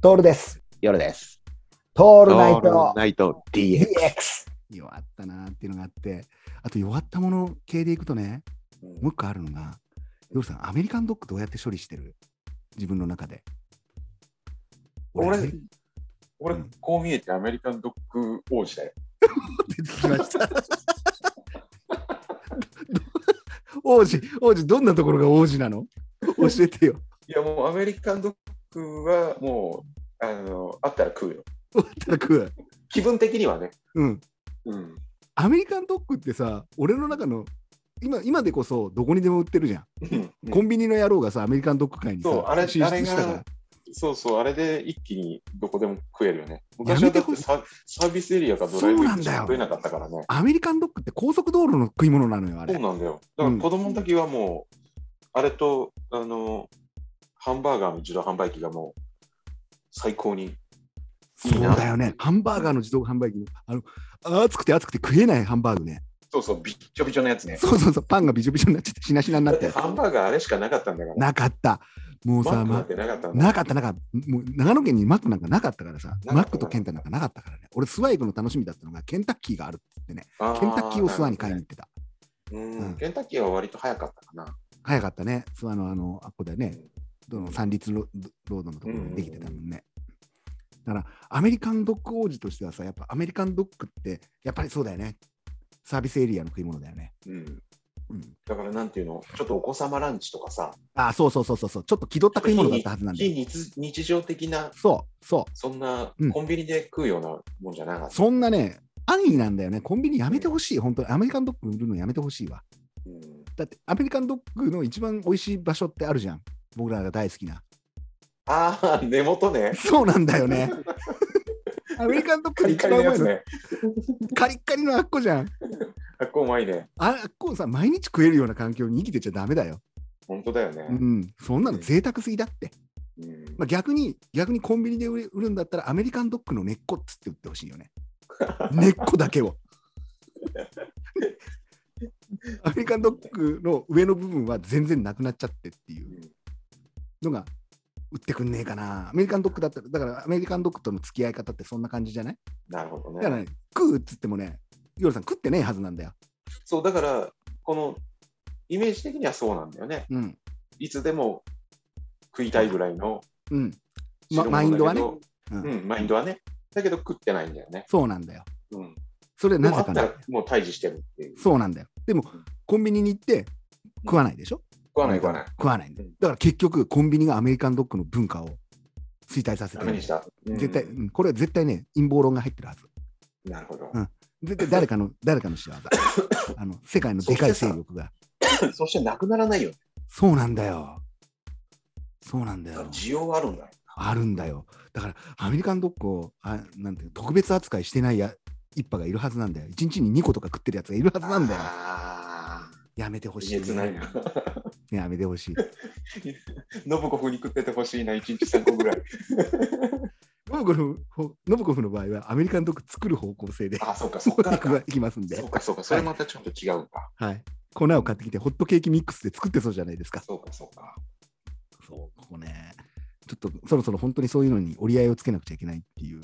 トールです。夜です。トオールナイトナイト DX。 DX。弱ったなーっていうのがあって、あと弱ったもの系でいくとね、もう一個あるのが、ヨルさん、アメリカンドッグどうやって処理してる自分の中で。俺アメリカン俺、うんこう見えてアメリカンドッグ王子だよ。出てきました。 王子、王子、どんなところが王子なの教えてよ。いや、もうアメリカンドッグはもう、あの、あったら食うよ。終わったら食う。気分的にはね。うん。うん。アメリカンドッグってさ、俺の中の、今今でこそどこにでも売ってるじゃん。うんコンビニの野郎がさ、アメリカンドッグ界にさそうあれ進出したから。そうそう、あれで一気にどこでも食えるよね。や昔めはてだっほてしいササービスエリアかドライブそうなんだよ食えなかったからね。アメリカンドッグって高速道路の食い物なのよ、あそうれ。なんだよ。だから子供の時はもう、あれと、あの、ハンバーガーの自動販売機がもう、最高に。いそういなだよね。ハンバーガーの自動販売機の、あの、熱くて熱くて食えないハンバーグね。そうそう、びっちょびちょのやつね。そうそうそう、パンがびちょびちょになっちゃって、しなしなになだっってて。ハンバーガーあれしかなかったんだから。なかった。もうマさ、ックなまん、てなかったんだなかった、なんかった、もう長野県にマックなんかなかったからさ、たマックとケンタなんかなかったからね。俺、スワイクの楽しみだったのが、ケンタッキーがあるって言ってね、あーケンタッキーをスワに買いに行ってた。うんうんケンタッキーは割と早かったかな。早かったね、スワのあの、あっこだよね、どの三立ロロードのところにできてたもんね。だから、アメリカンドッグ王子としてはさ、やっぱアメリカンドッグって、やっぱりそうだよね。サービスエリアの食い物だよね。うん、うん、だからなんていうの、ちょっとお子様ランチとかさ、あ、そうそうそうそうそう、ちょっと気取った食い物だったはずなんだ非よ。日日常的な、そうそう。そんなうんコンビニで食うようなもんじゃなかった。そんなね、安易なんだよね。コンビニやめてほしい。本当にアメリカンドッグ売るのやめてほしいわ。うんだって、アメリカンドッグの一番美味しい場所ってあるじゃん。僕らが大好きな。ああ、根元ね。そうなんだよね。アメリ カンドッグカでリ一カ番リうまのやいつの。ね。カリッカリのあっこじゃん。あっこうまいね。あっこさ、毎日食えるような環境に生きてちゃダメだよ。本当だようね。ん。そんなの贅沢すぎだって。うんまあ、逆に、逆にコンビニで売れ売るんだったら、アメリカンドッグの根っこっつって売ってほしいよね。根っこだ けを。アメリカンドッグの上の部分は全然なくなっちゃってっていうのが売ってくんねえかな。アメリカンドッグだったら、だからアメリカンドッグとの付き合い方ってそんな感じじゃない なるほどだから、ね。ね、食うっつってもね、ヨルさん食ってねえはずなんだよ。そう、だから、このイメージ的にはそうなんだよね。うん。いつでも食いたいぐらいのうん。ま代物だけどマインドはね。うんうん、マインドはね。だけど食ってないんだよね。そうなんだよ。うん。それでなもぜあっかたなら。もう退治してるっていう。そうなんだよ。でも、コンビニに行って食わないでしょ食わない食わない。食わないんだようんだから結局、コンビニがアメリカンドッグの文化を衰退させダてメるに。した。絶対、ううんこれは絶対ね、陰謀論が入ってるはず。んなるほど。絶対誰か の、誰かの仕業。あの、世界のでかい勢力が。 そしてなくならないよね。そうなんだよ。そうなんだよ。需要はあるんだよ。あるんだよ。だから、アメリカンドッグを、あなんていうの特別扱いしてないや一派がいるはずなんだよ。一日に2個とか食ってるやつがいるはずなんだよ。ああ。やめてほしい、えげつないな。ねやめてほしい。信子風に食っててほしいな、1日3個ぐらい。ノブコフほノブコフの場合は、アメリカンドッグ作る方向性で あ、そうか、そっからか。いきますんでそ、うか、そうか、それまたちょっと違うんか。はい、粉を買ってきて、ホットケーキミックスで作ってそうじゃないですか。そうか、そうか。そう、ここね。ちょっとそろそろ本当にそういうのに折り合いをつけなくちゃいけないっていう